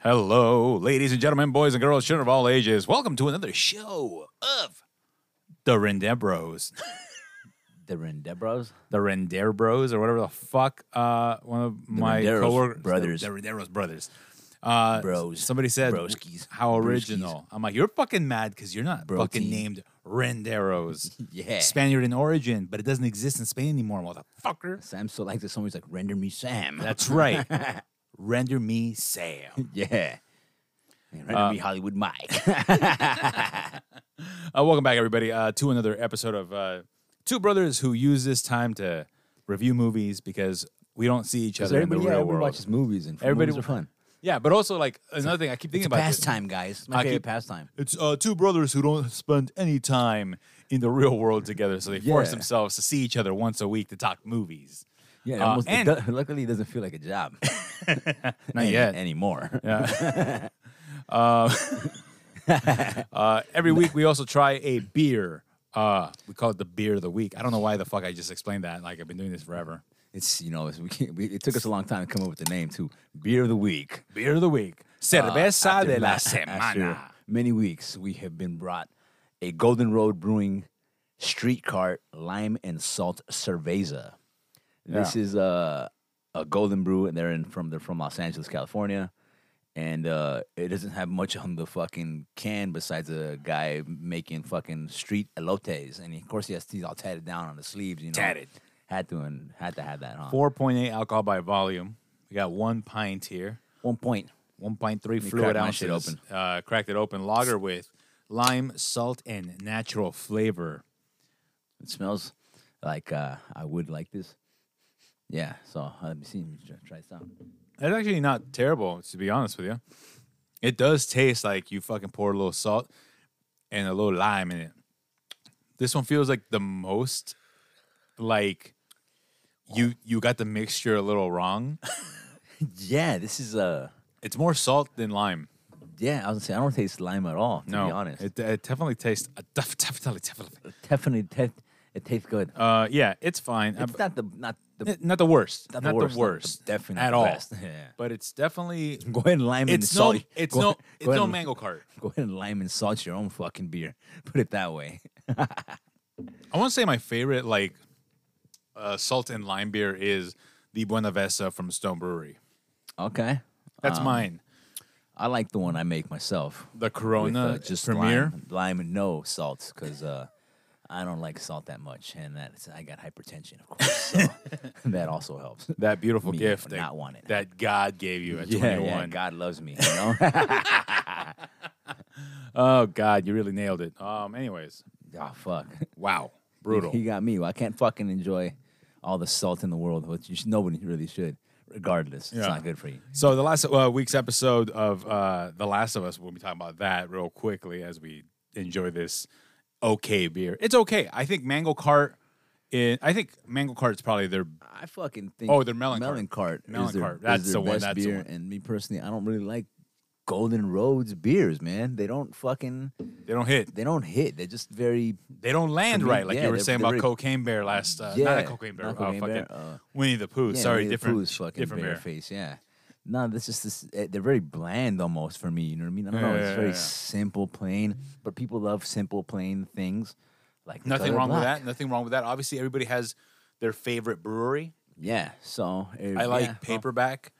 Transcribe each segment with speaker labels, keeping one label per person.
Speaker 1: Hello, ladies and gentlemen, boys and girls, children of all ages. Welcome to another show of the Rendebros.
Speaker 2: The Rendebros?
Speaker 1: the Rendere Bros or whatever the fuck. Uh, one of my
Speaker 2: Renderos
Speaker 1: coworkers,
Speaker 2: brothers.
Speaker 1: the Renderos brothers. Uh,
Speaker 2: Bros.
Speaker 1: Somebody said
Speaker 2: Broskies.
Speaker 1: how original. I'm like, you're fucking mad because you're not fucking
Speaker 2: Brokey.
Speaker 1: named Renderos.
Speaker 2: Yeah.
Speaker 1: Spaniard in origin, but it doesn't exist in Spain anymore, motherfucker.
Speaker 2: Sam so likes it. Someone's like, render me Sam.
Speaker 1: That's right. Render me Sam.
Speaker 2: yeah. And render me Hollywood Mike.
Speaker 1: Uh, welcome back, everybody, uh, to another episode of uh, Two Brothers Who Use This Time to Review Movies because we don't see each other in the
Speaker 2: everybody,
Speaker 1: real
Speaker 2: yeah, everybody
Speaker 1: world.
Speaker 2: watches movies and
Speaker 1: Everybody-
Speaker 2: everybody movies are fun.
Speaker 1: Yeah, but also like another thing I keep thinking about. this.
Speaker 2: Pastime, guys. It's my
Speaker 1: I
Speaker 2: favorite
Speaker 1: keep-
Speaker 2: pastime.
Speaker 1: It's uh, two brothers who don't spend any time in the real world together, so they force
Speaker 2: Yeah.
Speaker 1: themselves to see each other once a week to talk movies.
Speaker 2: Yeah, it
Speaker 1: Uh,
Speaker 2: almost, it
Speaker 1: and-
Speaker 2: do- luckily it doesn't feel like a job.
Speaker 1: Not yet.
Speaker 2: Anymore.
Speaker 1: Uh, every week we also try a beer. Uh, we call it the beer of the week. I don't know why the fuck I just explained that. Like I've been doing this forever.
Speaker 2: It's, you know, it's, we can't, we, it took us a long time to come up with the name, too. Beer of the Week. Uh,
Speaker 1: Beer of the week. Cerveza
Speaker 2: After
Speaker 1: de la
Speaker 2: ma- after
Speaker 1: semana.
Speaker 2: Many weeks we have been brought a Golden Road Brewing Streetcar Lime and Salt Cerveza. This is a a Golden Brew, and they're in from they're from Los Angeles, California, and uh, it doesn't have much on the fucking can besides a guy making fucking street elotes, and of course he has these all tatted down on the sleeves, you know.
Speaker 1: Tatted.
Speaker 2: Had to and had to have that, huh?
Speaker 1: Four point eight alcohol by volume. We got one pint here.
Speaker 2: One point.
Speaker 1: One point three
Speaker 2: me
Speaker 1: fluid
Speaker 2: crack my shit
Speaker 1: ounces. Uh, cracked it open. Lager with lime, salt, and natural flavor.
Speaker 2: It smells like uh, I would like this. Yeah, so uh, let me see. Let me try, try some.
Speaker 1: That's actually not terrible, to be honest with you. It does taste like you fucking poured a little salt and a little lime in it. This one feels like the most like you you got the mixture a little wrong.
Speaker 2: Yeah, this is uh,
Speaker 1: It's more salt than lime.
Speaker 2: yeah. I was gonna say I don't taste lime at all. To
Speaker 1: No,
Speaker 2: be honest, it
Speaker 1: it, it definitely tastes uh, def- definitely definitely.
Speaker 2: definitely ta- it tastes good.
Speaker 1: Uh, yeah, it's fine. I'm-
Speaker 2: it's not the not the.
Speaker 1: eh, not the worst.
Speaker 2: not the worst, not the- definitely not
Speaker 1: at
Speaker 2: the
Speaker 1: all.
Speaker 2: best. Yeah.
Speaker 1: But it's definitely
Speaker 2: go ahead and lime and
Speaker 1: it's no
Speaker 2: salt.
Speaker 1: it's
Speaker 2: go,
Speaker 1: no
Speaker 2: go
Speaker 1: it's
Speaker 2: ahead
Speaker 1: no
Speaker 2: and-
Speaker 1: mango cart.
Speaker 2: Go ahead and lime and salt your own fucking beer. Put it that way.
Speaker 1: I want to say my favorite like uh, salt and lime beer is the Buena Vesa from Stone Brewery.
Speaker 2: Okay,
Speaker 1: That's mine.
Speaker 2: I like the one I make myself.
Speaker 1: The
Speaker 2: Um, with,
Speaker 1: Corona
Speaker 2: uh, just
Speaker 1: Premier.
Speaker 2: lime, lime and no salt because uh, I don't like salt that much, and that's I got hypertension, of course, so that also helps.
Speaker 1: That beautiful
Speaker 2: Me
Speaker 1: gift
Speaker 2: would
Speaker 1: that,
Speaker 2: not want it.
Speaker 1: that God gave you at
Speaker 2: Yeah,
Speaker 1: 21.
Speaker 2: yeah, God loves me. You know,
Speaker 1: Oh God, you really nailed it. Um. Anyways,
Speaker 2: oh fuck,
Speaker 1: wow, brutal.
Speaker 2: He got me. Well, I can't fucking enjoy all the salt in the world, which you should, nobody really should. Regardless,
Speaker 1: Yeah.
Speaker 2: it's not good for you.
Speaker 1: So the last uh, week's episode of uh, The Last of Us, we'll be talking about that real quickly as we enjoy this okay beer. It's okay. I think Mango Cart. In, I think Mango Cart is probably their
Speaker 2: I fucking think.
Speaker 1: Oh, they're melon cart.
Speaker 2: melon cart.
Speaker 1: Melon
Speaker 2: is their,
Speaker 1: cart.
Speaker 2: is
Speaker 1: That's
Speaker 2: their
Speaker 1: the one,
Speaker 2: best
Speaker 1: that's the
Speaker 2: beer.
Speaker 1: one.
Speaker 2: And me personally, I don't really like Golden Roads beers, man. They don't fucking.
Speaker 1: they don't hit.
Speaker 2: They don't hit. They're just very
Speaker 1: They don't land
Speaker 2: me,
Speaker 1: right, like
Speaker 2: yeah,
Speaker 1: you were
Speaker 2: they're-
Speaker 1: saying
Speaker 2: they're
Speaker 1: about
Speaker 2: very-
Speaker 1: Cocaine Bear last. Uh, not
Speaker 2: Yeah,
Speaker 1: a Cocaine Bear.
Speaker 2: not
Speaker 1: uh,
Speaker 2: Cocaine
Speaker 1: fucking
Speaker 2: Bear, uh,
Speaker 1: Winnie the Pooh.
Speaker 2: Yeah,
Speaker 1: Sorry,
Speaker 2: Winnie the
Speaker 1: different,
Speaker 2: Pooh's fucking
Speaker 1: different bear.
Speaker 2: bare face. Yeah. No, this is this. eh, They're very bland almost for me. You know what I mean? I don't know.
Speaker 1: Yeah,
Speaker 2: It's
Speaker 1: yeah,
Speaker 2: very
Speaker 1: yeah.
Speaker 2: simple, plain. But people love simple, plain things. Like the
Speaker 1: Nothing
Speaker 2: color
Speaker 1: wrong with
Speaker 2: black.
Speaker 1: that. Nothing wrong with that. Obviously, everybody has their favorite brewery.
Speaker 2: Yeah. So eh,
Speaker 1: I like
Speaker 2: yeah, well,
Speaker 1: Paperback.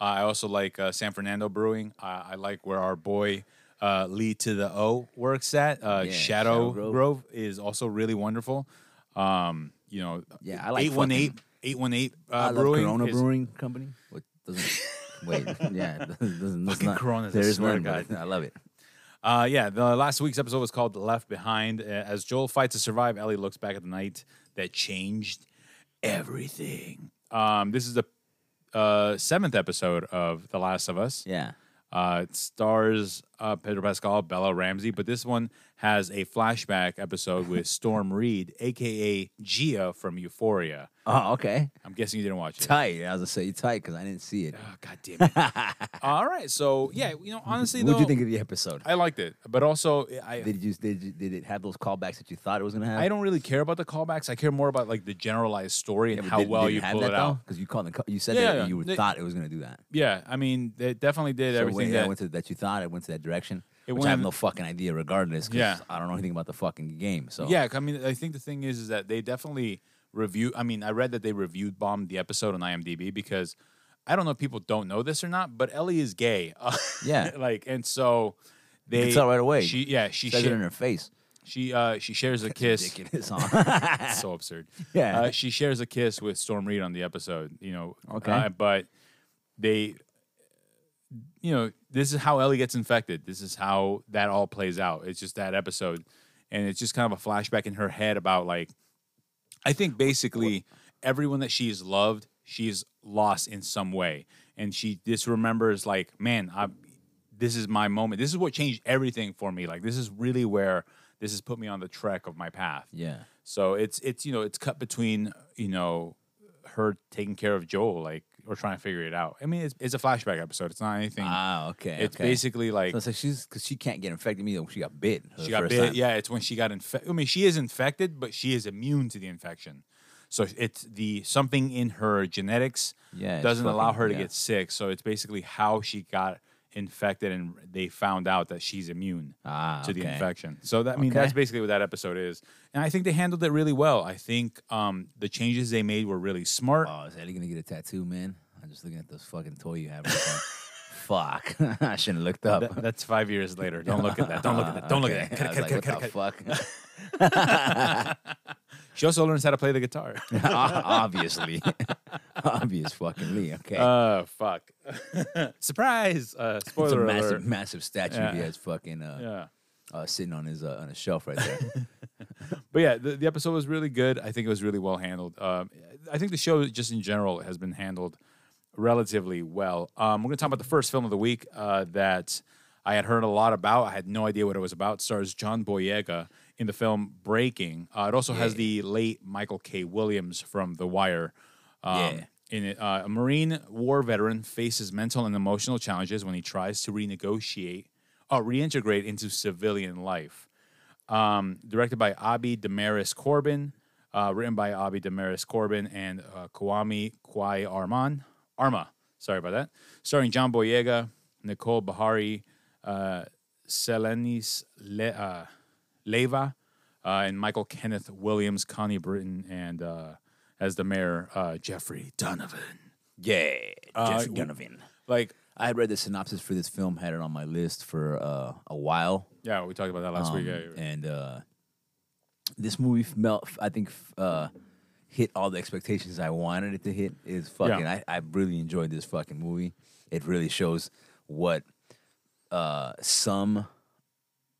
Speaker 1: Uh, I also like uh, San Fernando Brewing. Uh, I like where our boy uh, Lee to the O works at. Uh,
Speaker 2: Yeah,
Speaker 1: Shadow,
Speaker 2: Shadow Grove.
Speaker 1: Grove is also really wonderful. Um, you know,
Speaker 2: Yeah, I like
Speaker 1: 818, 818 uh,
Speaker 2: I love
Speaker 1: Brewing.
Speaker 2: Corona
Speaker 1: is-
Speaker 2: Brewing Company. What doesn't? wait. Yeah. it Doesn't, does
Speaker 1: Fucking
Speaker 2: not,
Speaker 1: Coronas, I
Speaker 2: There is
Speaker 1: swear to
Speaker 2: none. but
Speaker 1: God.
Speaker 2: I love it.
Speaker 1: Uh, yeah, the last week's episode was called Left Behind. Uh, As Joel fights to survive, Ellie looks back at the night that changed everything. Um, this is the uh, seventh episode of The Last of Us.
Speaker 2: Yeah.
Speaker 1: Uh, it stars uh, Pedro Pascal, Bella Ramsey, but this one has a flashback episode with Storm Reed, aka Gia from Euphoria.
Speaker 2: Oh, okay.
Speaker 1: I'm guessing you didn't watch it.
Speaker 2: Tight. I was gonna say tight because I didn't see it.
Speaker 1: Oh, God damn it. All right. So, yeah, you know, honestly,
Speaker 2: What
Speaker 1: though,
Speaker 2: did you think of the episode?
Speaker 1: I liked it, but also, I,
Speaker 2: Did you did you, did it have those callbacks that you thought it was gonna have?
Speaker 1: I don't really care about the callbacks. I care more about like the generalized story and
Speaker 2: Yeah, but
Speaker 1: how
Speaker 2: did-
Speaker 1: well
Speaker 2: did
Speaker 1: you
Speaker 2: have
Speaker 1: pull
Speaker 2: that
Speaker 1: it out.
Speaker 2: Because you called the co- you said
Speaker 1: Yeah,
Speaker 2: that
Speaker 1: yeah,
Speaker 2: you would
Speaker 1: they-
Speaker 2: thought it was gonna do that.
Speaker 1: Yeah, I mean, they definitely did
Speaker 2: So
Speaker 1: everything
Speaker 2: wait,
Speaker 1: that.
Speaker 2: I went to that you thought it went to that direction.
Speaker 1: It
Speaker 2: which I have
Speaker 1: went-
Speaker 2: no fucking idea, regardless. 'cause
Speaker 1: Yeah.
Speaker 2: I don't know anything about the fucking game. So
Speaker 1: Yeah, I mean, I think the thing is, is that they definitely review. I mean, I read that they reviewed bombed the episode on IMDb because I don't know if people don't know this or not, but Ellie is gay.
Speaker 2: Yeah.
Speaker 1: like, and so they
Speaker 2: It's out right away.
Speaker 1: She yeah, she
Speaker 2: says
Speaker 1: sha-
Speaker 2: it in her face.
Speaker 1: she uh she shares a kiss.
Speaker 2: Ridiculous, huh?
Speaker 1: It's so absurd.
Speaker 2: Yeah.
Speaker 1: uh, she shares a kiss with Storm Reed on the episode. You know,
Speaker 2: Okay.
Speaker 1: uh, but they, you know, this is how Ellie gets infected. This is how that all plays out. It's just that episode, and it's just kind of a flashback in her head about like, I think basically everyone that she's loved, she's lost in some way, and she just remembers like, man, I, this is my moment. This is what changed everything for me. Like, this is really where this has put me on the trek of my path.
Speaker 2: yeah.
Speaker 1: So it's it's you know it's cut between you know her taking care of Joel like or trying to figure it out. I mean it's it's a flashback episode. It's not anything.
Speaker 2: Ah, okay.
Speaker 1: it's
Speaker 2: okay.
Speaker 1: basically like
Speaker 2: So it's like she's because she can't get infected either. She got bit. for the
Speaker 1: she got
Speaker 2: first
Speaker 1: bit.
Speaker 2: time.
Speaker 1: Yeah, it's when she got infected. I mean she is infected, but she is immune to the infection. So it's the something in her genetics
Speaker 2: Yeah, it's
Speaker 1: doesn't allow
Speaker 2: fucking-
Speaker 1: her to
Speaker 2: yeah.
Speaker 1: get sick. So it's basically how she got infected and they found out that she's immune
Speaker 2: Ah,
Speaker 1: to the
Speaker 2: okay.
Speaker 1: infection. So that I mean
Speaker 2: Okay.
Speaker 1: that's basically what that episode is. And I think they handled it really well. I think um, the changes they made were really smart.
Speaker 2: Oh, is Ellie gonna get a tattoo, man? I'm just looking at this fucking toy you have. Right there. Fuck. I shouldn't have looked up.
Speaker 1: Th- that's five years later. Don't look at that. Don't look at that. Don't look at that.
Speaker 2: Okay, I
Speaker 1: Cut it,
Speaker 2: was
Speaker 1: cut it, cut it,
Speaker 2: like, what
Speaker 1: cut it,
Speaker 2: the
Speaker 1: cut it.
Speaker 2: fuck?
Speaker 1: She also learns how to play the guitar.
Speaker 2: Obviously. Obvious fucking Lee. Okay.
Speaker 1: uh, fuck. Surprise. Uh,
Speaker 2: it's a
Speaker 1: spoiler
Speaker 2: massive,
Speaker 1: alert.
Speaker 2: massive statue he
Speaker 1: Yeah.
Speaker 2: has fucking uh,
Speaker 1: Yeah.
Speaker 2: uh, sitting on his uh, on a shelf right there.
Speaker 1: But yeah, the, the episode was really good. I think it was really well handled. Um, I think the show, just in general, has been handled relatively well. Um, we're going to talk about the first film of the week uh, that I had heard a lot about. I had no idea what it was about. It stars John Boyega in the film Breaking. Uh, it also has the late Michael K. Williams from The Wire. Um,
Speaker 2: Yeah.
Speaker 1: In it, uh, a Marine war veteran faces mental and emotional challenges when he tries to renegotiate, uh, reintegrate into civilian life um, directed by Abi Damaris Corbin, uh, written by Abi Damaris Corbin and uh, Kwame Kwai Arman Arma. Sorry about that. Starring John Boyega, Nicole Bahari, uh, Selenis Le- uh, Leva, uh, and Michael Kenneth Williams, Connie Britton, and uh, as the mayor uh, Jeffrey Donovan.
Speaker 2: yeah.
Speaker 1: Uh,
Speaker 2: Jeff Donovan.
Speaker 1: Like,
Speaker 2: I had read the synopsis for this film, had it on my list for uh, a while.
Speaker 1: yeah, we talked about that last week. Yeah,
Speaker 2: Um, And uh, this movie melt, I think, f- uh, hit all the expectations I wanted it to hit. Is fucking. I, I really enjoyed this fucking movie. It really shows what uh, some,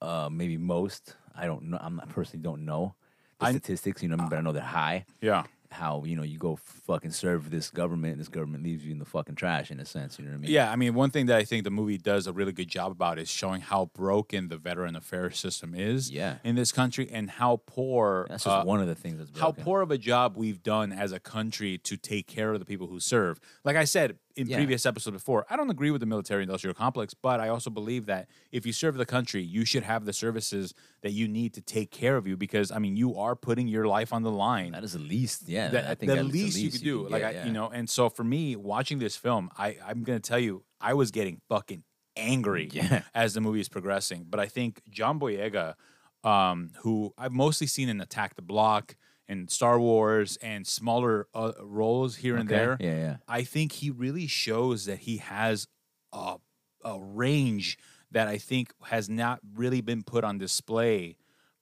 Speaker 2: uh, maybe most. I don't know. I'm not personally don't know the
Speaker 1: I-
Speaker 2: statistics. You know, what I mean? but I know they're high.
Speaker 1: yeah.
Speaker 2: How you know you go fucking serve this government, and this government leaves you in the fucking trash in a sense. You know what I mean?
Speaker 1: Yeah, I mean, one thing that I think the movie does a really good job about is showing how broken the veteran affairs system is
Speaker 2: Yeah.
Speaker 1: in this country and how poor
Speaker 2: That's
Speaker 1: uh,
Speaker 2: just one of the things that's
Speaker 1: how
Speaker 2: broken.
Speaker 1: poor of a job we've done as a country to take care of the people who serve. Like I said in
Speaker 2: Yeah.
Speaker 1: previous episode before, I don't agree with the military industrial complex, but I also believe that if you serve the country, you should have the services that you need to take care of you because I mean, you are putting your life on the line
Speaker 2: That is the least. Yeah,
Speaker 1: that,
Speaker 2: I think
Speaker 1: the
Speaker 2: that is
Speaker 1: least, you could do.
Speaker 2: can
Speaker 1: like
Speaker 2: get,
Speaker 1: I,
Speaker 2: yeah.
Speaker 1: you know, and so for me, watching this film, I I'm gonna tell you, I was getting fucking angry
Speaker 2: Yeah.
Speaker 1: as the movie is progressing. But I think John Boyega, um, who I've mostly seen in Attack the Block and Star Wars and smaller uh, roles here and
Speaker 2: Okay.
Speaker 1: there,
Speaker 2: Yeah, yeah.
Speaker 1: I think he really shows that he has a, a range that I think has not really been put on display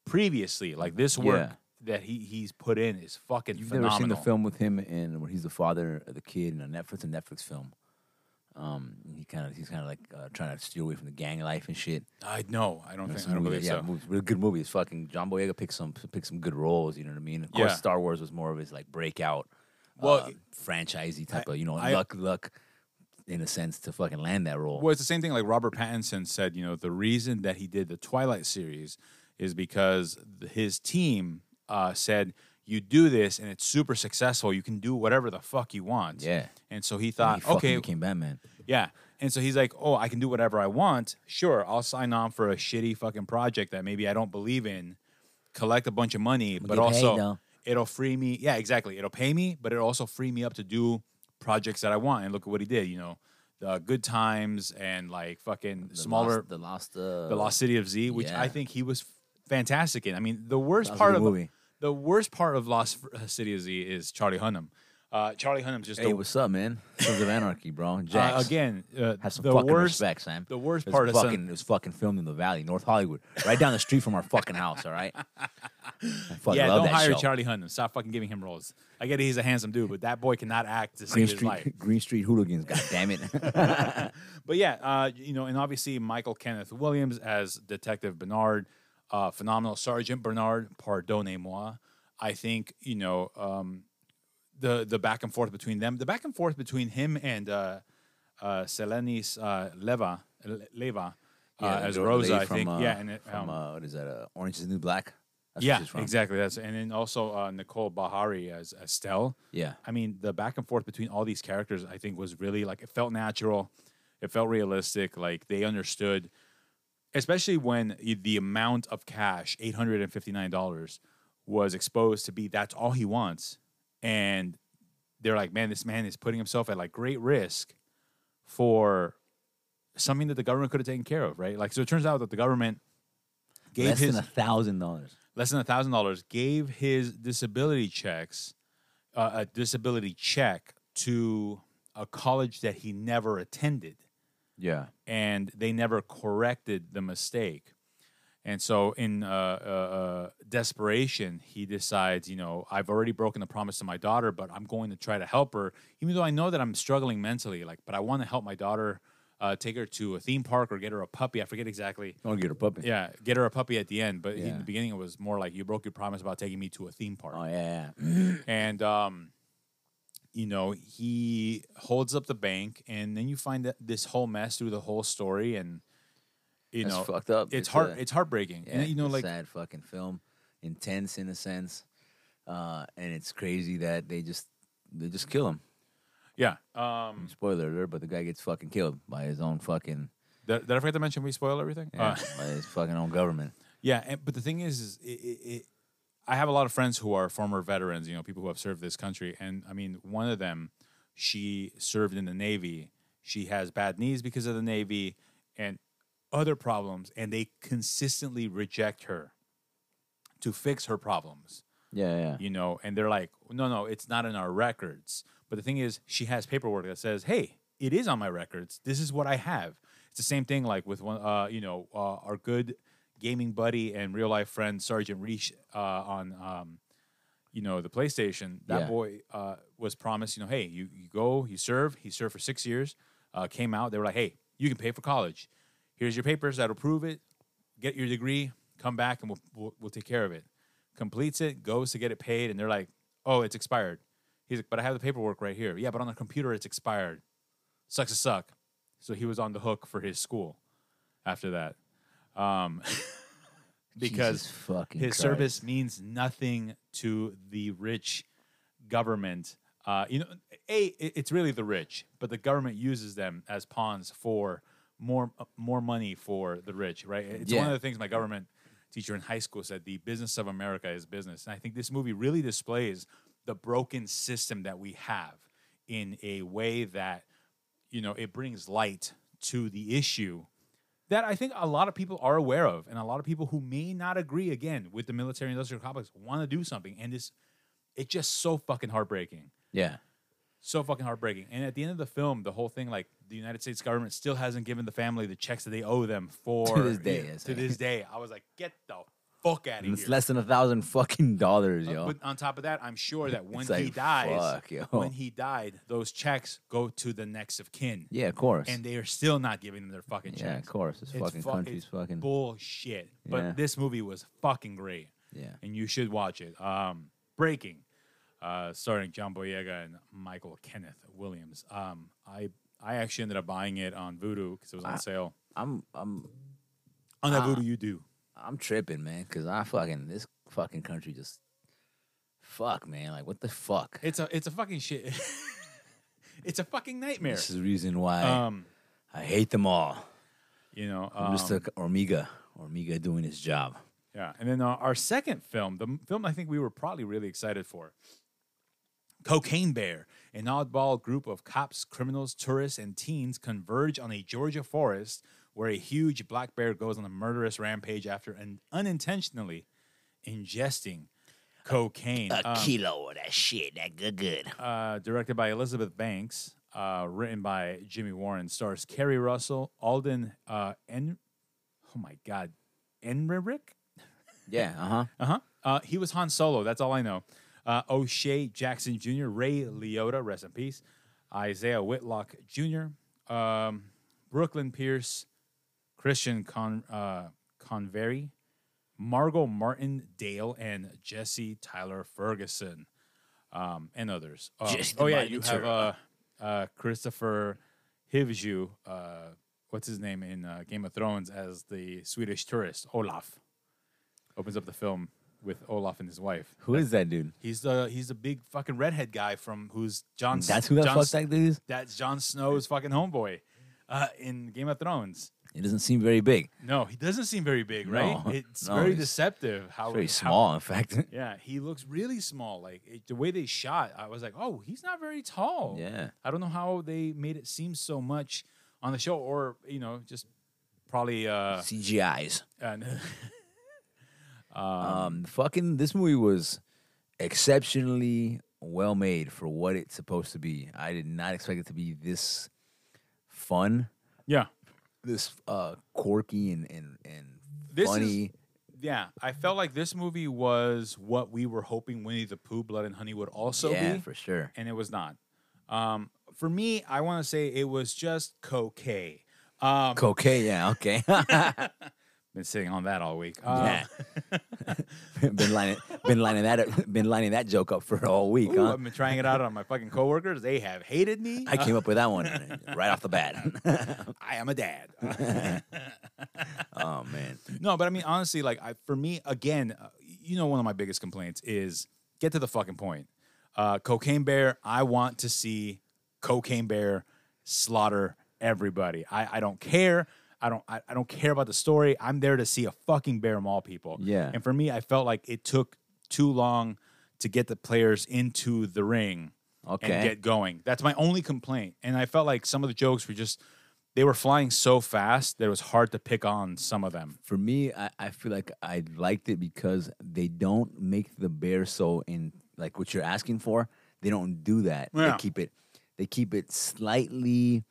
Speaker 1: previously. Like this work
Speaker 2: Yeah.
Speaker 1: that he he's put in is fucking
Speaker 2: You've
Speaker 1: phenomenal.
Speaker 2: never seen the film with him and where he's the father of the kid in a Netflix a Netflix film. Um, and he kind of he's kind of like uh, trying to steer away from the gang life and shit.
Speaker 1: I no, I don't
Speaker 2: It's
Speaker 1: think
Speaker 2: a
Speaker 1: I don't
Speaker 2: movie
Speaker 1: believe
Speaker 2: that- yeah,
Speaker 1: so.
Speaker 2: movie, really good movies. Fucking John Boyega picked some picked some good roles. You know what I mean? Of course,
Speaker 1: Yeah.
Speaker 2: Star Wars was more of his like breakout,
Speaker 1: Well,
Speaker 2: uh, franchisey type of you know
Speaker 1: I-
Speaker 2: luck luck in a sense to fucking land that role.
Speaker 1: Well, it's the same thing. Like Robert Pattinson said, you know, the reason that he did the Twilight series is because th- his team uh, said, "You do this, and it's super successful. You can do whatever the fuck you want."
Speaker 2: Yeah.
Speaker 1: And so he
Speaker 2: And
Speaker 1: thought,
Speaker 2: he fucking
Speaker 1: Uh, okay,
Speaker 2: became Batman.
Speaker 1: yeah. And so he's like, "Oh, I can do whatever I want. Sure, I'll sign on for a shitty fucking project that maybe I don't believe in, collect a bunch of money, but
Speaker 2: get
Speaker 1: also
Speaker 2: paid, though."
Speaker 1: it'll free me. Yeah, exactly. It'll pay me, but it'll also free me up to do projects that I want. And look at what he did. You know, the Good Times and like fucking
Speaker 2: The
Speaker 1: smaller,
Speaker 2: lost, the lost, uh,
Speaker 1: the Lost City of Z, which I
Speaker 2: yeah.
Speaker 1: think he was fantastic in. I mean, the worst
Speaker 2: That was a
Speaker 1: part
Speaker 2: good
Speaker 1: of
Speaker 2: movie.
Speaker 1: the worst part of Lost uh, City of Z is Charlie Hunnam. Uh, Charlie Hunnam's just
Speaker 2: Hey,
Speaker 1: the,
Speaker 2: what's up, man? Sons of Anarchy, bro.
Speaker 1: uh,
Speaker 2: Jax.
Speaker 1: again uh,
Speaker 2: Have some
Speaker 1: the
Speaker 2: fucking
Speaker 1: worst
Speaker 2: respect, Sam.
Speaker 1: the worst
Speaker 2: It's
Speaker 1: part of Sun-
Speaker 2: fucking, it was fucking filmed in the Valley, North Hollywood, right down the street from our fucking house. All right. I fucking
Speaker 1: yeah,
Speaker 2: love
Speaker 1: don't
Speaker 2: that
Speaker 1: hire
Speaker 2: show.
Speaker 1: Charlie Hunnam. Stop fucking giving him roles. I get it, he's a handsome dude, but that boy cannot act to
Speaker 2: Green
Speaker 1: save his life.
Speaker 2: Street, Green Street hooligans. God damn it.
Speaker 1: But yeah, uh, you know, and obviously Michael Kenneth Williams as Detective Bernard, uh, phenomenal Sergeant Bernard. Pardonnez-moi. I think you know um, the the back and forth between them, the back and forth between him and uh, uh, Selenis uh, Leva Le- Leva uh,
Speaker 2: Yeah,
Speaker 1: as
Speaker 2: the
Speaker 1: Rosa.
Speaker 2: lady
Speaker 1: I think
Speaker 2: uh,
Speaker 1: yeah, and it, um,
Speaker 2: from uh, what is that? Uh, Orange is the New Black. That's where
Speaker 1: yeah,
Speaker 2: she's from.
Speaker 1: exactly. That's and then also uh, Nicole Bahari as Estelle.
Speaker 2: Yeah.
Speaker 1: I mean, the back and forth between all these characters, I think, was really like it felt natural, it felt realistic. Like they understood, especially when y- the amount of cash, eight hundred and fifty nine dollars, was exposed to be that's all he wants, and they're like, man, this man is putting himself at like great risk for something that the government could have taken care of, right? Like, so it turns out that the government gave
Speaker 2: Less
Speaker 1: his
Speaker 2: than a thousand dollars.
Speaker 1: less than a thousand dollars, gave his disability checks, uh, a disability check to a college that he never attended,
Speaker 2: Yeah.
Speaker 1: and they never corrected the mistake. And so, in uh, uh, uh, desperation, he decides, you know, I've already broken the promise to my daughter, but I'm going to try to help her, even though I know that I'm struggling mentally. Like, but I want to help my daughter, uh, take her to a theme park or get her a puppy. I forget exactly.
Speaker 2: I want to get a puppy.
Speaker 1: Yeah, get her a puppy at the end, but he, in
Speaker 2: Yeah.
Speaker 1: the beginning it was more like you broke your promise about taking me to a theme park,
Speaker 2: Oh yeah. yeah.
Speaker 1: and um, you know he holds up the bank, and then you find that this whole mess through the whole story, and you
Speaker 2: That's
Speaker 1: know
Speaker 2: fucked up.
Speaker 1: It's,
Speaker 2: It's
Speaker 1: heart,
Speaker 2: a-
Speaker 1: it's heartbreaking,
Speaker 2: Yeah,
Speaker 1: and you know
Speaker 2: it's a
Speaker 1: like
Speaker 2: sad fucking film, intense in a sense, uh, and it's crazy that they just they just kill him.
Speaker 1: yeah. Um,
Speaker 2: Spoiler alert! But the guy gets fucking killed by his own fucking
Speaker 1: did, did I forget to mention we spoil everything?
Speaker 2: yeah,
Speaker 1: Uh,
Speaker 2: by his fucking own government.
Speaker 1: Yeah, and, but the thing is, is it, it, it, I have a lot of friends who are former veterans. You know, people who have served this country, and I mean, one of them, she served in the Navy. She has bad knees because of the Navy, and other problems, and they consistently reject her to fix her problems.
Speaker 2: Yeah, yeah.
Speaker 1: You know, and they're like, no, no, it's not in our records. But the thing is, she has paperwork that says, hey, it is on my records. This is what I have. It's the same thing like with one, uh, you know, uh, our good gaming buddy and real life friend Sergeant Reach uh, on, um, you know, the PlayStation. That
Speaker 2: Yeah.
Speaker 1: boy uh, was promised, you know, hey, you, you go, you serve. He served for six years. Uh, came out, they were like, hey, you can pay for college. Here's your papers that'll prove it. Get your degree, come back, and we'll, we'll, we'll take care of it. Completes it, goes to get it paid, and they're like, oh, it's expired. He's like, but I have the paperwork right here. Yeah, but on the computer, it's expired. Sucks to suck. So he was on the hook for his school after that. Um, because
Speaker 2: Jesus fucking
Speaker 1: his
Speaker 2: Christ.
Speaker 1: service means nothing to the rich government. Uh, you know, a it- it's really the rich, but the government uses them as pawns for more uh, more money for the rich, right? It's one
Speaker 2: Yeah.
Speaker 1: of the things my government teacher in high school said: the business of America is business, and I think this movie really displays the broken system that we have in a way that you know it brings light to the issue that I think a lot of people are aware of, and a lot of people who may not agree again with the military industrial complex want to do something, and this it's just so fucking heartbreaking,
Speaker 2: Yeah,
Speaker 1: so fucking heartbreaking. And at the end of the film, the whole thing like the United States government still hasn't given the family the checks that they owe them for
Speaker 2: this day,
Speaker 1: Yeah,
Speaker 2: yes.
Speaker 1: to this day, I was like, get the fuck out of
Speaker 2: and
Speaker 1: here.
Speaker 2: it's less than a thousand fucking dollars,
Speaker 1: Uh,
Speaker 2: yo.
Speaker 1: But on top of that, I'm sure that when
Speaker 2: It's like,
Speaker 1: he dies,
Speaker 2: fuck, yo.
Speaker 1: when he died, those checks go to the next of kin,
Speaker 2: yeah, of course.
Speaker 1: and they are still not giving them their fucking checks.
Speaker 2: yeah, of course. This fucking
Speaker 1: fu-
Speaker 2: country's
Speaker 1: it's
Speaker 2: fucking
Speaker 1: bullshit. But
Speaker 2: Yeah.
Speaker 1: this movie was fucking great,
Speaker 2: yeah.
Speaker 1: and you should watch it. Um, Breaking, uh, starring John Boyega and Michael Kenneth Williams. Um, I I actually ended up buying it on Voodoo because it was on
Speaker 2: I-
Speaker 1: sale.
Speaker 2: I'm I'm
Speaker 1: On that
Speaker 2: Ah.
Speaker 1: Voodoo, you do.
Speaker 2: I'm tripping, man, because I fucking this fucking country just fuck, man. Like what the fuck?
Speaker 1: It's a it's a fucking shit. it's a fucking nightmare.
Speaker 2: This is the reason why
Speaker 1: Um,
Speaker 2: I hate them all.
Speaker 1: you know,
Speaker 2: I'm just
Speaker 1: um,
Speaker 2: a Omega, Omega doing his job.
Speaker 1: Yeah, and then uh, our second film, the m- film I think we were probably really excited for, Cocaine Bear. An oddball group of cops, criminals, tourists, and teens converge on a Georgia forest where a huge black bear goes on a murderous rampage after un- unintentionally ingesting cocaine. Um,
Speaker 2: kilo of that shit, that good, good.
Speaker 1: uh, directed by Elizabeth Banks, uh, written by Jimmy Warren, stars Kerry Russell, Alden uh, En. Oh my God, Enric.
Speaker 2: Yeah, uh huh.
Speaker 1: Uh-huh. Uh He was Han Solo. That's all I know. Uh, O'Shea Jackson Jr., Ray Liotta, rest in peace. Isaiah Whitlock Jr., um, Brooklyn Pierce, Christian Con uh, Convery, Margot Martin Dale, and Jesse Tyler Ferguson, um, and others. Um,
Speaker 2: Jesse the
Speaker 1: oh yeah,
Speaker 2: Mind
Speaker 1: you have
Speaker 2: Terror.
Speaker 1: uh, uh, Christopher Hivju. Uh, what's his name in uh, Game of Thrones as the Swedish tourist Olaf? opens up the film with Olaf and his wife.
Speaker 2: Who is that dude?
Speaker 1: He's the he's the big fucking redhead guy from who's John.
Speaker 2: That's who that
Speaker 1: John,
Speaker 2: fuck that dude is.
Speaker 1: That's John Snow's fucking homeboy uh, in Game of Thrones.
Speaker 2: It doesn't seem very big.
Speaker 1: No, he doesn't seem very big, right?
Speaker 2: No,
Speaker 1: it's
Speaker 2: no,
Speaker 1: very
Speaker 2: he's-
Speaker 1: deceptive. How
Speaker 2: It's very
Speaker 1: how-
Speaker 2: small, in fact.
Speaker 1: yeah, he looks really small. Like it, the way they shot, I was like, oh, he's not very tall.
Speaker 2: yeah.
Speaker 1: I don't know how they made it seem so much on the show, or you know, just probably. Uh,
Speaker 2: CGI's.
Speaker 1: and,
Speaker 2: Um, fucking, this movie was exceptionally well made for what it's supposed to be. I did not expect it to be this fun,
Speaker 1: yeah,
Speaker 2: this uh, quirky, and and and
Speaker 1: This is-
Speaker 2: funny.
Speaker 1: Yeah, I felt like this movie was what we were hoping Winnie the Pooh, Blood and Honey would also
Speaker 2: yeah,
Speaker 1: be,
Speaker 2: for sure.
Speaker 1: and it was not. Um, for me, I want to say it was just cocaine. Um,
Speaker 2: Cocaine, yeah, okay.
Speaker 1: been sitting on that all week. Um,
Speaker 2: yeah. been lining, been lining that, up, been lining that joke up for all week,
Speaker 1: Um, ooh,
Speaker 2: huh?
Speaker 1: I've been trying it out on my fucking coworkers. They have hated me.
Speaker 2: I came up with that one right off the bat.
Speaker 1: I am a dad.
Speaker 2: oh man,
Speaker 1: No, but I mean honestly, like I, for me, again, uh, you know, one of my biggest complaints is get to the fucking point. Uh, cocaine Bear, I want to see Cocaine Bear slaughter everybody. I, I don't care. I don't I, I don't care about the story. I'm there to see a fucking bear maul people.
Speaker 2: Yeah.
Speaker 1: And for me, I felt like it took too long to get the players into the ring
Speaker 2: Okay.
Speaker 1: and get going. That's my only complaint. And I felt like some of the jokes were just they were flying so fast that it was hard to pick on some of them.
Speaker 2: for me, I, I feel like I liked it because they don't make the bear so in like what you're asking for. They don't do that.
Speaker 1: Yeah.
Speaker 2: They keep it, they keep it slightly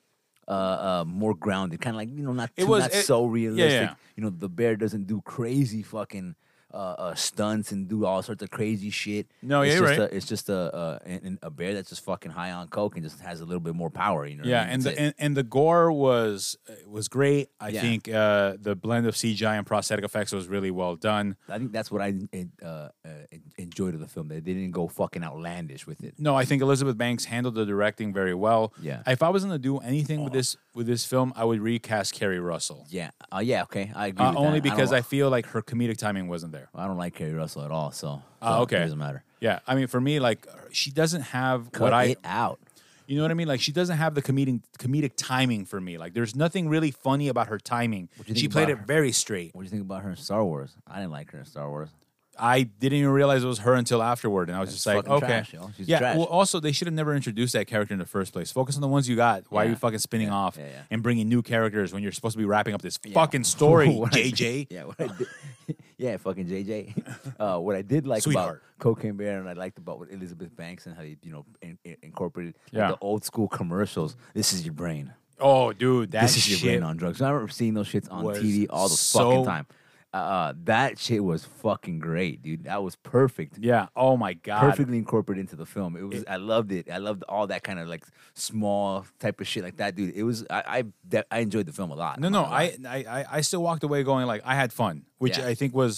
Speaker 2: uh, uh more grounded, kind of like you know not
Speaker 1: It
Speaker 2: too,
Speaker 1: was-
Speaker 2: not
Speaker 1: it-
Speaker 2: so realistic.
Speaker 1: yeah.
Speaker 2: You know the bear doesn't do crazy fucking. Uh, uh, stunts and do all sorts of crazy shit.
Speaker 1: No,
Speaker 2: it's
Speaker 1: yeah, you're
Speaker 2: just
Speaker 1: right.
Speaker 2: A, it's just a, a an- an- a bear that's just fucking high on coke and just has a little bit more power. You know. what I
Speaker 1: Yeah,
Speaker 2: mean?
Speaker 1: and
Speaker 2: That's
Speaker 1: the
Speaker 2: it.
Speaker 1: and, and the gore was uh, was great. I
Speaker 2: Yeah.
Speaker 1: think uh, the blend of CGI and prosthetic effects was really well done.
Speaker 2: I think that's what I en- uh, uh, en- enjoyed of the film. That they didn't go fucking outlandish with it.
Speaker 1: No, I think Elizabeth Banks handled the directing very well.
Speaker 2: Yeah.
Speaker 1: If I was going to do anything with this with this film, I would recast Carrie Russell.
Speaker 2: Yeah. Uh, yeah. Okay. I agree.
Speaker 1: Uh,
Speaker 2: with
Speaker 1: only
Speaker 2: that.
Speaker 1: because I,
Speaker 2: I don't,
Speaker 1: feel like her comedic timing wasn't there.
Speaker 2: I don't like Carrie Russell at all. So.
Speaker 1: Ah,
Speaker 2: so
Speaker 1: okay.
Speaker 2: It doesn't matter.
Speaker 1: Yeah, I mean, for me, like she doesn't have
Speaker 2: Cut
Speaker 1: what I
Speaker 2: it out.
Speaker 1: You know what I mean? Like she doesn't have the comedic comedic timing for me. Like there's nothing really funny about her timing.
Speaker 2: do you
Speaker 1: She
Speaker 2: think
Speaker 1: played it
Speaker 2: about her?
Speaker 1: very straight.
Speaker 2: What do you think about her in Star Wars? I didn't like her in Star Wars.
Speaker 1: I didn't even realize it was her until afterward, and I was just like,
Speaker 2: fucking
Speaker 1: okay,
Speaker 2: trash, yo. She's
Speaker 1: yeah.
Speaker 2: trash.
Speaker 1: Well, also they should have never introduced that character in the first place. Focus on the ones you got. Why are you
Speaker 2: Yeah,
Speaker 1: fucking spinning
Speaker 2: yeah,
Speaker 1: off
Speaker 2: yeah, yeah.
Speaker 1: and bringing new characters when you're supposed to be wrapping up this fucking story,
Speaker 2: What I-
Speaker 1: JJ?
Speaker 2: yeah. What I did, yeah. Fucking JJ. Uh, what I did like
Speaker 1: Sweetheart.
Speaker 2: about Cocaine Bear and I liked about with Elizabeth Banks and how they, you know, in, in- incorporated like,
Speaker 1: Yeah.
Speaker 2: the old school commercials. This is your brain.
Speaker 1: Oh, dude, that
Speaker 2: this is your
Speaker 1: shit.
Speaker 2: brain on drugs. I remember seeing those shits on
Speaker 1: was
Speaker 2: TV all the
Speaker 1: so-
Speaker 2: fucking time. Uh, Uh, that shit was fucking great, dude. That was perfect.
Speaker 1: yeah. Oh my god.
Speaker 2: Perfectly incorporated into the film. It was. I loved it. I loved all that kind of like small type of shit like that, dude. It was. I. I, de- I enjoyed the film a lot.
Speaker 1: No,
Speaker 2: I'm
Speaker 1: no,
Speaker 2: not gonna lie.
Speaker 1: I, I, I- I still walked away going like I had fun, which
Speaker 2: Uh-huh. Yeah.
Speaker 1: I think was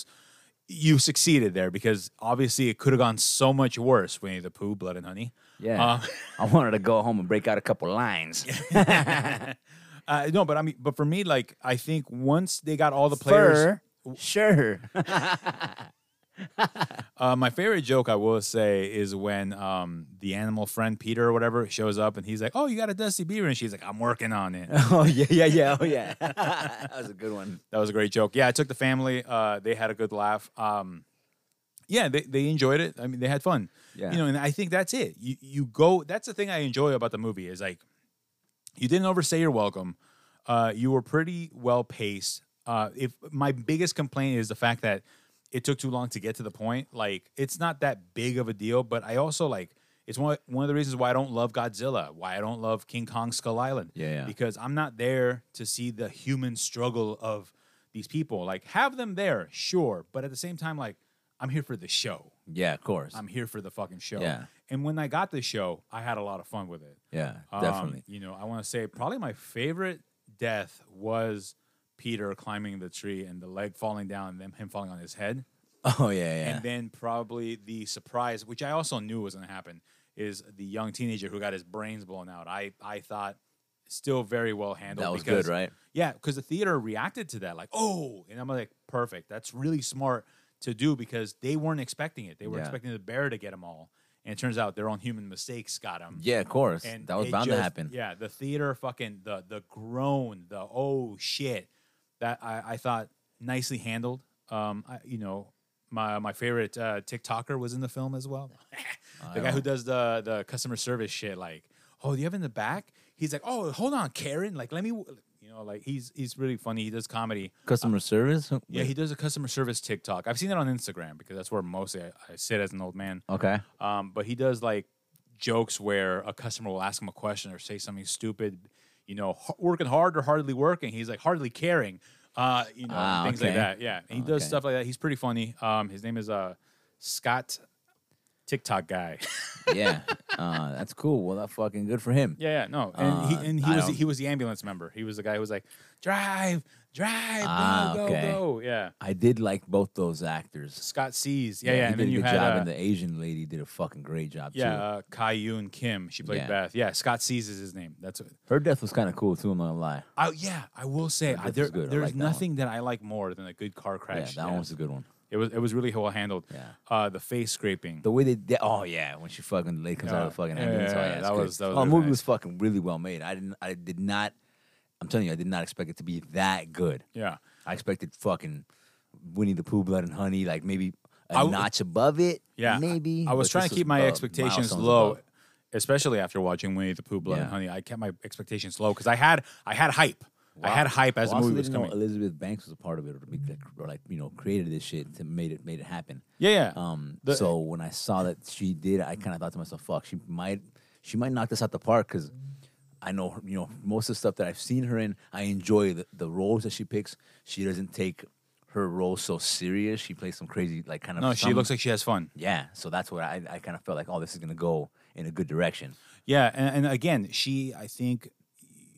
Speaker 1: you succeeded there because obviously it could have gone so much worse. Winnie the Pooh, Blood and Honey,
Speaker 2: Yeah.
Speaker 1: Um,
Speaker 2: I wanted to go home and break out a couple lines.
Speaker 1: uh, no, but I mean, but for me, like I think once they got all the players,
Speaker 2: Fur, sure.
Speaker 1: Uh, my favorite joke, I will say, is when um, the animal friend Peter or whatever shows up and he's like, "Oh, you got a Dusty Beaver," and she's like, "I'm working on it."
Speaker 2: oh yeah, yeah, yeah. Oh yeah. that was a good one.
Speaker 1: that was a great joke. Yeah, I took the family. Uh, they had a good laugh. Um, yeah, they, they enjoyed it. I mean, they had fun.
Speaker 2: Yeah.
Speaker 1: You know, and I think that's it. You you go. That's the thing I enjoy about the movie is like, you didn't overstay your welcome. Uh, you were pretty well paced. Uh, if my biggest complaint is the fact that it took too long to get to the point. Like, it's not that big of a deal, but I also like. It's one one of the reasons why I don't love Godzilla, why I don't love King Kong Skull Island
Speaker 2: Yeah, yeah.
Speaker 1: because I'm not there to see the human struggle of these people. Like, have them there, sure, but at the same time, like, I'm here for the show.
Speaker 2: Yeah, of course.
Speaker 1: I'm here for the fucking show.
Speaker 2: Yeah.
Speaker 1: And when I got the show, I had a lot of fun with it.
Speaker 2: yeah,
Speaker 1: Um,
Speaker 2: definitely.
Speaker 1: You know, I want to say probably my favorite death was Peter climbing the tree and the leg falling down and then him falling on his head.
Speaker 2: Oh yeah, yeah.
Speaker 1: And then probably the surprise, which I also knew was going to happen, is the young teenager who got his brains blown out. I I thought still very well handled.
Speaker 2: that was
Speaker 1: because,
Speaker 2: good, right?
Speaker 1: Yeah, because the theater reacted to that like, oh, and I'm like, perfect. That's really smart to do because they weren't expecting it. They were
Speaker 2: Yeah.
Speaker 1: expecting the bear to get them all, and it turns out their own human mistakes got them.
Speaker 2: Yeah, of course.
Speaker 1: And
Speaker 2: that was
Speaker 1: it
Speaker 2: bound to
Speaker 1: just-
Speaker 2: happen.
Speaker 1: Yeah, the theater fucking the the groan, the oh shit, that I, I thought nicely handled. Um, I, you know, my my favorite uh, TikToker was in the film as well. the guy who does the the customer service shit, like, oh, do you have in the back? He's like, oh, hold on, Karen, like, let me, w-" you know, like he's he's really funny. He does comedy.
Speaker 2: Customer service.
Speaker 1: Yeah, he does a customer service TikTok. I've seen it on Instagram because that's where mostly I, I sit as an old man.
Speaker 2: Okay.
Speaker 1: Um, but he does like jokes where a customer will ask him a question or say something stupid, you know, h- working hard or hardly working. He's like hardly caring, uh, you know,
Speaker 2: Ah,
Speaker 1: things like
Speaker 2: okay.
Speaker 1: that. Yeah, and he does
Speaker 2: Okay.
Speaker 1: stuff like that. He's pretty funny. Um, his name is uh, Scott TikTok guy.
Speaker 2: yeah. Uh, that's cool. Well, that's fucking good for him.
Speaker 1: yeah, yeah, no, and
Speaker 2: Uh,
Speaker 1: he and he
Speaker 2: I
Speaker 1: was
Speaker 2: don't-
Speaker 1: he was the ambulance member. He was the guy who was like, drive, drive,
Speaker 2: Ah,
Speaker 1: go,
Speaker 2: okay.
Speaker 1: go, go. Yeah,
Speaker 2: I did like both those actors.
Speaker 1: Scott sees. Yeah, yeah,
Speaker 2: he
Speaker 1: and then
Speaker 2: did a
Speaker 1: you
Speaker 2: good
Speaker 1: had
Speaker 2: job,
Speaker 1: uh,
Speaker 2: and the Asian lady did a fucking great job
Speaker 1: yeah
Speaker 2: too.
Speaker 1: uh, Kai Yoon Kim. She played
Speaker 2: Yeah.
Speaker 1: Beth. Yeah, Scott sees is his name. That's what.
Speaker 2: Her death was kind of cool too. I'm not gonna lie.
Speaker 1: I, yeah, I will say I,
Speaker 2: death
Speaker 1: there,
Speaker 2: was good. I
Speaker 1: there's
Speaker 2: like that one.
Speaker 1: nothing that I like more than a good car
Speaker 2: Yeah,
Speaker 1: crash.
Speaker 2: that one was a good one.
Speaker 1: it was it was really well handled.
Speaker 2: Yeah.
Speaker 1: Uh, the face scraping.
Speaker 2: The way they, did, oh yeah, when she fucking lady comes out of the
Speaker 1: Yeah,
Speaker 2: fucking
Speaker 1: yeah,
Speaker 2: ambulance,
Speaker 1: yeah,
Speaker 2: oh,
Speaker 1: yeah,
Speaker 2: yeah,
Speaker 1: that was- that was
Speaker 2: oh, the
Speaker 1: really
Speaker 2: movie
Speaker 1: nice.
Speaker 2: was fucking really well made. I didn't, I did not, I'm telling you, I did not expect it to be that good.
Speaker 1: yeah.
Speaker 2: I expected fucking Winnie the Pooh, Blood and Honey, like maybe a
Speaker 1: I w-
Speaker 2: notch above it.
Speaker 1: Yeah. I-
Speaker 2: maybe.
Speaker 1: I, was
Speaker 2: but
Speaker 1: trying
Speaker 2: this
Speaker 1: to keep my
Speaker 2: uh,
Speaker 1: expectations
Speaker 2: milestones
Speaker 1: low,
Speaker 2: above.
Speaker 1: especially after watching Winnie the Pooh Blood and
Speaker 2: Yeah.
Speaker 1: Honey. I kept my expectations low because I had I had hype. I had hype as the
Speaker 2: Well, also
Speaker 1: movie was
Speaker 2: didn't know
Speaker 1: coming.
Speaker 2: Elizabeth Banks was a part of it, or, be- like- or like you know, created this shit to made it made it happen.
Speaker 1: yeah, yeah.
Speaker 2: Um,
Speaker 1: The-
Speaker 2: so when I saw that she did, I kind of thought to myself, "Fuck, she might, she might knock this out the park." Because I know, her- you know, most of the stuff that I've seen her in, I enjoy the, the roles that she picks. She doesn't take her role so serious. She plays some crazy, like kind of.
Speaker 1: no, she
Speaker 2: some-
Speaker 1: looks like she has fun.
Speaker 2: Yeah, so that's what I, I kind of felt like. Oh, this is gonna go in a good direction.
Speaker 1: Yeah, and, and again, she I think,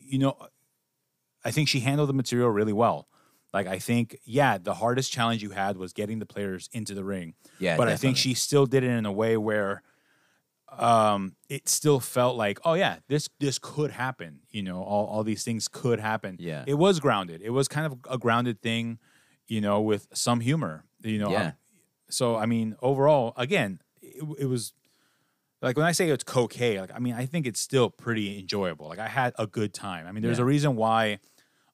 Speaker 1: you know, I think she handled the material really well. Like I think, yeah, the hardest challenge you had was getting the players into the ring.
Speaker 2: Yeah,
Speaker 1: but I think
Speaker 2: definitely.
Speaker 1: she still did it in a way where, um, it still felt like, oh yeah, this this could happen. You know, all all these things could happen.
Speaker 2: Yeah.
Speaker 1: it was grounded. It was kind of a grounded thing, you know, with some humor. You know,
Speaker 2: Yeah.
Speaker 1: so I mean, overall, again, it, it was like when I say it's cocaine, like I mean, I think it's still pretty enjoyable. Like I had a good time. I mean, there's
Speaker 2: Yeah.
Speaker 1: a reason why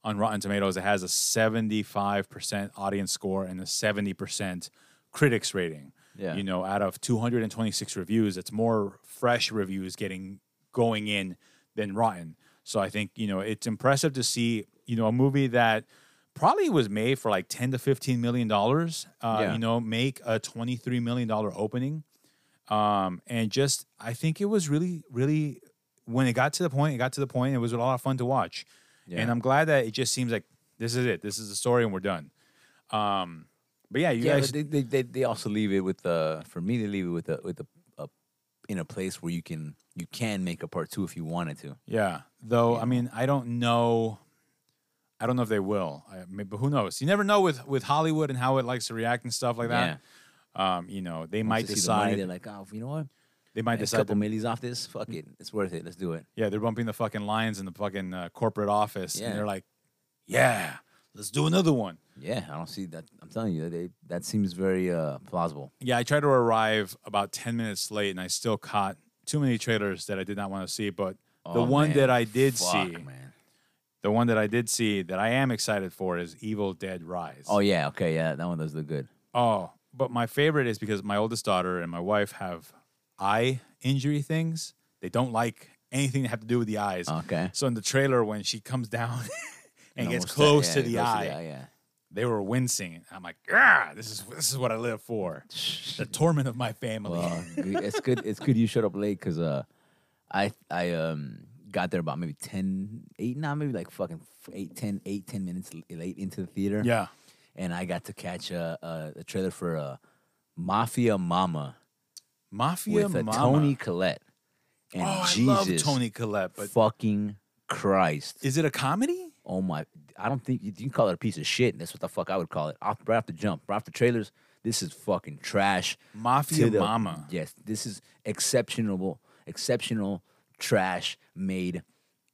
Speaker 1: on Rotten Tomatoes it has a 75% audience score and a 70% critics rating.
Speaker 2: Yeah.
Speaker 1: You know, out of 226 reviews, it's more fresh reviews getting going in than rotten. So I think, you know, it's impressive to see, you know, a movie that probably was made for like 10 to 15 million dollars, uh,
Speaker 2: Yeah.
Speaker 1: you know, make a 23 million dollar opening um, and just I think it was really, really when it got to the point, it got to the point. It was a lot of fun to watch, and
Speaker 2: Yeah.
Speaker 1: I'm glad that it just seems like this is it. This is the story, and we're done. Um, but yeah, you
Speaker 2: yeah,
Speaker 1: guys,
Speaker 2: but they, they, they they also leave it with uh for me they leave it with a with a, a in a place where you can you can make a part two if you wanted to.
Speaker 1: yeah. Though I mean, I don't know. I don't know if they will, I, maybe, but who knows? You never know with with Hollywood and how it likes to react and stuff like that. Um, you know, they might
Speaker 2: Once they see the money,
Speaker 1: decide.
Speaker 2: they're like, oh, you know what?
Speaker 1: They might
Speaker 2: a
Speaker 1: decide.
Speaker 2: couple
Speaker 1: to-
Speaker 2: millies off this. Fuck it, it's worth it. Let's do it.
Speaker 1: yeah, they're bumping the fucking lines in the fucking uh, corporate office,
Speaker 2: Yeah.
Speaker 1: and they're like, "Yeah, let's do another one."
Speaker 2: Yeah, I don't see that. I'm telling you, they, that seems very uh, plausible.
Speaker 1: Yeah, I tried to arrive about 10 minutes late and I still caught too many trailers that I did not want to see. But the
Speaker 2: Oh,
Speaker 1: one
Speaker 2: man.
Speaker 1: that I did
Speaker 2: Fuck,
Speaker 1: see,
Speaker 2: man.
Speaker 1: the one that I did see that I am excited for is Evil Dead Rise.
Speaker 2: Oh yeah, okay, yeah, that one does look good.
Speaker 1: Oh, but my favorite is because my oldest daughter and my wife have eye injury things. They don't like anything to have to do with the eyes.
Speaker 2: Okay.
Speaker 1: So in the trailer, when she comes down and gets
Speaker 2: Almost, uh,
Speaker 1: close
Speaker 2: yeah,
Speaker 1: to the
Speaker 2: close
Speaker 1: eye,
Speaker 2: yeah.
Speaker 1: they were wincing. I'm like, ah, this is this is what I live for. the torment of my family.
Speaker 2: Well, g- it's good. It's good you showed up late because uh, I I um got there about maybe 10, 8, now maybe like fucking f- 8, 10, 8, 10 minutes l- late into the theater.
Speaker 1: yeah.
Speaker 2: And I got to catch a, a, a trailer for uh, Mafia Mama
Speaker 1: Mafia
Speaker 2: with uh,
Speaker 1: Mama.
Speaker 2: Tony Collette. And
Speaker 1: oh,
Speaker 2: Jesus
Speaker 1: I love Tony Collette, but
Speaker 2: fucking Christ.
Speaker 1: is it a comedy?
Speaker 2: Oh my! I don't think you, you can call it a piece of shit. That's what the fuck I would call it. Off, right off the jump, right off the trailers. This is fucking trash.
Speaker 1: Mafia
Speaker 2: to the-
Speaker 1: Mama.
Speaker 2: Yes, this is exceptional, exceptional trash made.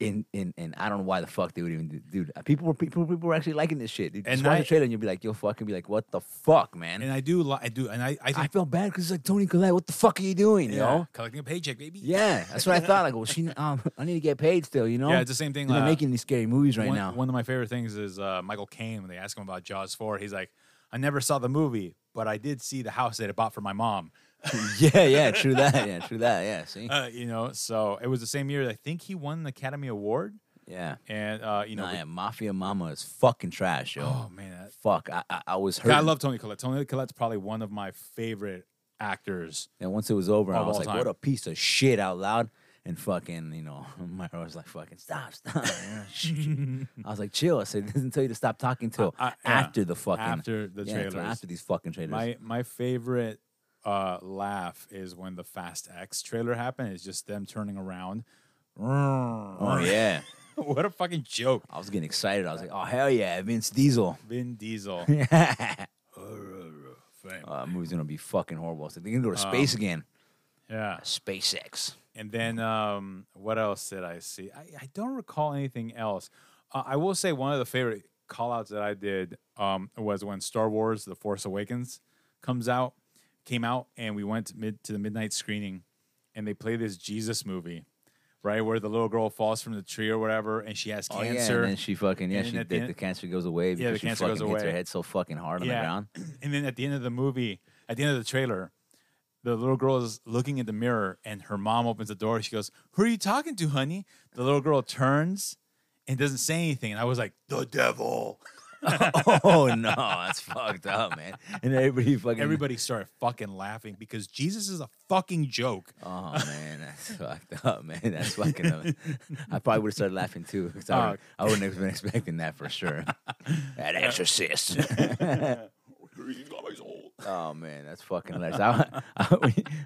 Speaker 2: In, in and I don't know why the fuck they would even do, dude. uh, People were people people were actually liking this shit. Dude,
Speaker 1: And
Speaker 2: just watch
Speaker 1: I-
Speaker 2: the trailer and you'll be like, you'll fucking be like, what the fuck, man?
Speaker 1: And I do, li- I do, and I, I
Speaker 2: I
Speaker 1: think
Speaker 2: felt bad because it's like Tony Collette, what the fuck are you doing,
Speaker 1: yeah,
Speaker 2: you know?
Speaker 1: collecting a paycheck, baby.
Speaker 2: Yeah, that's what I thought. Like, well, she, um, I need to get paid still, you know?
Speaker 1: Yeah, it's the same thing,
Speaker 2: They're
Speaker 1: uh,
Speaker 2: making these scary movies right
Speaker 1: one,
Speaker 2: now.
Speaker 1: one of my favorite things is uh, Michael Caine when they ask him about Jaws four. He's like, I never saw the movie, but I did see the house that it bought for my mom.
Speaker 2: yeah, yeah, true that. Yeah, true that. Yeah, see?
Speaker 1: Uh, you know, so it was the same year. I think he won the Academy Award,
Speaker 2: Yeah.
Speaker 1: and uh, you know,
Speaker 2: Nah,
Speaker 1: we-
Speaker 2: yeah, Mafia Mama is fucking trash, yo.
Speaker 1: oh man, that-
Speaker 2: Fuck, I, I, I was hurt.
Speaker 1: Yeah, I love Tony Collette. Tony Collette's probably one of my favorite actors.
Speaker 2: and once it was over, I
Speaker 1: Of
Speaker 2: was
Speaker 1: all
Speaker 2: like,
Speaker 1: time.
Speaker 2: what a piece of shit out loud. And fucking, you know, my I was like, fucking stop, stop. you know, shh, shh. I was like, chill. I said, it doesn't tell you to stop talking till
Speaker 1: I- yeah,
Speaker 2: after the fucking.
Speaker 1: after the
Speaker 2: yeah, till
Speaker 1: trailers.
Speaker 2: After these fucking trailers.
Speaker 1: My my favorite uh, laugh is when the Fast X trailer happened. It's just them turning around.
Speaker 2: oh, yeah.
Speaker 1: what a fucking joke,
Speaker 2: I was getting excited. I was like, oh, hell yeah, Vince Diesel.
Speaker 1: Vin Diesel.
Speaker 2: Uh, that movie's gonna be fucking horrible. So they're gonna go
Speaker 1: Uh,
Speaker 2: to space again.
Speaker 1: yeah,
Speaker 2: SpaceX.
Speaker 1: and then um, what else did I see? I, I don't recall anything else. Uh, I will say one of the favorite callouts that I did um, was when Star Wars: The Force Awakens comes out, came out, and we went to mid to the midnight screening, and they play this Jesus movie. Right where the little girl falls from the tree or whatever, and she has
Speaker 2: Oh
Speaker 1: cancer.
Speaker 2: yeah, and then she fucking yeah,
Speaker 1: And
Speaker 2: she
Speaker 1: then
Speaker 2: the,
Speaker 1: at the
Speaker 2: the,
Speaker 1: end-
Speaker 2: cancer goes away because
Speaker 1: the
Speaker 2: she
Speaker 1: cancer goes
Speaker 2: fucking hits her
Speaker 1: away.
Speaker 2: head so fucking hard on the ground.
Speaker 1: And then at the end of the movie, at the end of the trailer, the little girl is looking in the mirror and her mom opens the door. She goes, Who are you talking to, honey? The little girl turns and doesn't say anything. And I was like, The devil.
Speaker 2: oh no, that's fucked up, man. And everybody fucking
Speaker 1: Everybody started fucking laughing because Jesus is a fucking joke.
Speaker 2: Oh man, that's fucked up, man. That's fucking up. I probably would have started laughing too. 'cause I, would,
Speaker 1: Oh.
Speaker 2: I wouldn't have been expecting that for sure. that exorcist. Oh man, that's fucking hilarious. I, I,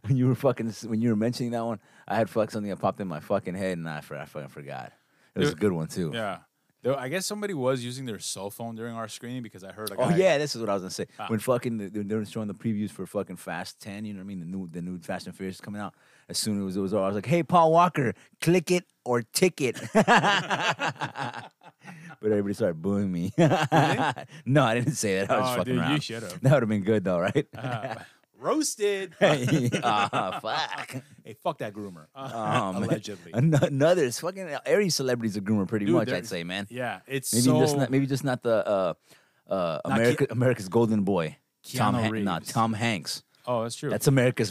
Speaker 2: when you were fucking when you were mentioning that one, I had fuck something that popped in my fucking head, and I, for- I fucking forgot. It was a
Speaker 1: Dude,
Speaker 2: good one too.
Speaker 1: Yeah. Though I guess somebody was using their cell phone during our screening because I heard a
Speaker 2: Oh
Speaker 1: guy-
Speaker 2: yeah, this is what I was gonna say.
Speaker 1: Ah.
Speaker 2: When fucking the, they were showing the previews for fucking Fast Ten, you know what I mean? The new the new Fast and Furious is coming out. As soon as it was, it was over, I was like, "Hey, Paul Walker, click it or ticket." but everybody started booing me. no, I didn't say that. I was
Speaker 1: Oh,
Speaker 2: fucking
Speaker 1: dude, you Ah.
Speaker 2: around.
Speaker 1: should've.
Speaker 2: That would have been good though, right?
Speaker 1: roasted.
Speaker 2: Ah, fuck.
Speaker 1: hey, fuck that groomer.
Speaker 2: Oh, man.
Speaker 1: Allegedly.
Speaker 2: An- Another it's fucking every celebrity's a groomer, pretty
Speaker 1: Dude,
Speaker 2: much.
Speaker 1: there-
Speaker 2: I'd say, man.
Speaker 1: Yeah, it's
Speaker 2: Maybe
Speaker 1: so
Speaker 2: just not. Maybe just not the uh, uh,
Speaker 1: Not Ke-
Speaker 2: America, America's golden boy. Tom
Speaker 1: Keanu
Speaker 2: Han- nah,
Speaker 1: Reeves.
Speaker 2: Tom Hanks.
Speaker 1: Oh, that's true.
Speaker 2: That's America's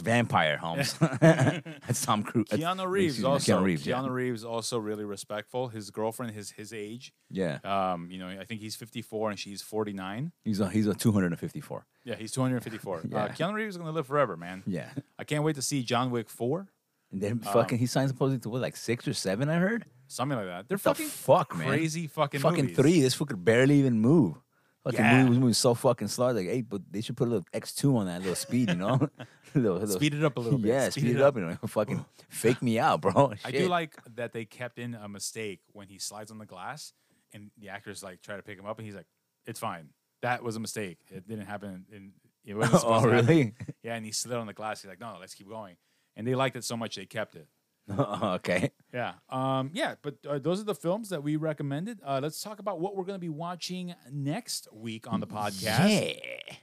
Speaker 2: vampire, Holmes. That's Tom Cruise. that's-
Speaker 1: Keanu Reeves
Speaker 2: excuse me,
Speaker 1: also.
Speaker 2: Keanu Reeves. yeah.
Speaker 1: Reeves also really respectful. His girlfriend, his his age.
Speaker 2: yeah.
Speaker 1: Um, you know, I think he's 54 and she's 49.
Speaker 2: he's a he's a 254.
Speaker 1: Yeah, he's 254. uh,
Speaker 2: Yeah.
Speaker 1: Keanu Reeves is gonna live forever, man.
Speaker 2: Yeah.
Speaker 1: I can't wait to see John Wick four,
Speaker 2: And then fucking he signs supposedly to what like six or seven. I heard.
Speaker 1: something like that. They're
Speaker 2: The
Speaker 1: fucking
Speaker 2: fuck, man.
Speaker 1: crazy fucking
Speaker 2: fucking
Speaker 1: movies.
Speaker 2: three. This fool could barely even move. Fucking
Speaker 1: Yeah.
Speaker 2: movie was moving so fucking slow. I was Like, hey, but they should put a little X two on that little speed, you know? little, little-
Speaker 1: Speed it up a little bit.
Speaker 2: Yeah, speed, it up, you know. Fucking fake me out, bro.
Speaker 1: I do
Speaker 2: Shit.
Speaker 1: like that they kept in a mistake when he slides on the glass and the actors like try to pick him up and he's like, "It's fine. That was a mistake. It didn't happen." In, it wasn't
Speaker 2: Oh
Speaker 1: supposed to happen."
Speaker 2: really?
Speaker 1: Yeah, and he slid on the glass. He's like, no, no, let's keep going. and they liked it so much they kept it.
Speaker 2: okay.
Speaker 1: Yeah. Um, yeah, but uh, those are the films that we recommended. Uh, let's talk about what we're going to be watching next week on the podcast.
Speaker 2: Yeah.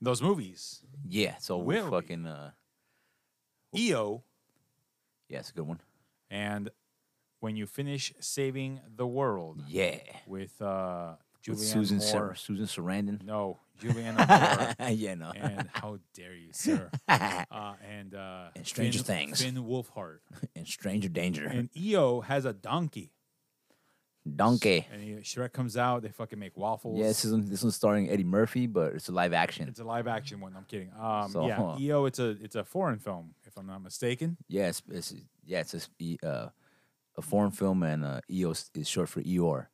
Speaker 1: Those movies.
Speaker 2: Yeah. So we're
Speaker 1: Will we?
Speaker 2: fucking. Uh,
Speaker 1: EO
Speaker 2: yeah, it's a good one.
Speaker 1: E and When You Finish Saving the World
Speaker 2: Yeah.
Speaker 1: with uh, Julianne
Speaker 2: With Susan
Speaker 1: Moore.
Speaker 2: Sar- Susan Sarandon.
Speaker 1: No, Julianne Moore.
Speaker 2: yeah, no.
Speaker 1: And how dare you, sir? Uh, and uh,
Speaker 2: And Stranger
Speaker 1: Finn-
Speaker 2: Things.
Speaker 1: Finn Wolfhard.
Speaker 2: and Stranger Danger.
Speaker 1: And EO has a donkey.
Speaker 2: Donkey.
Speaker 1: And he, Shrek comes out. They fucking make waffles.
Speaker 2: Yeah, this is this one's starring Eddie Murphy, but it's a live action.
Speaker 1: It's a live action one. I'm kidding. Um,
Speaker 2: So,
Speaker 1: yeah,
Speaker 2: huh.
Speaker 1: EO. It's a it's a foreign film, if I'm not mistaken.
Speaker 2: Yeah, it's, it's yeah, it's a, s- e- uh, a foreign film, and uh, EOS is short for Eeyore.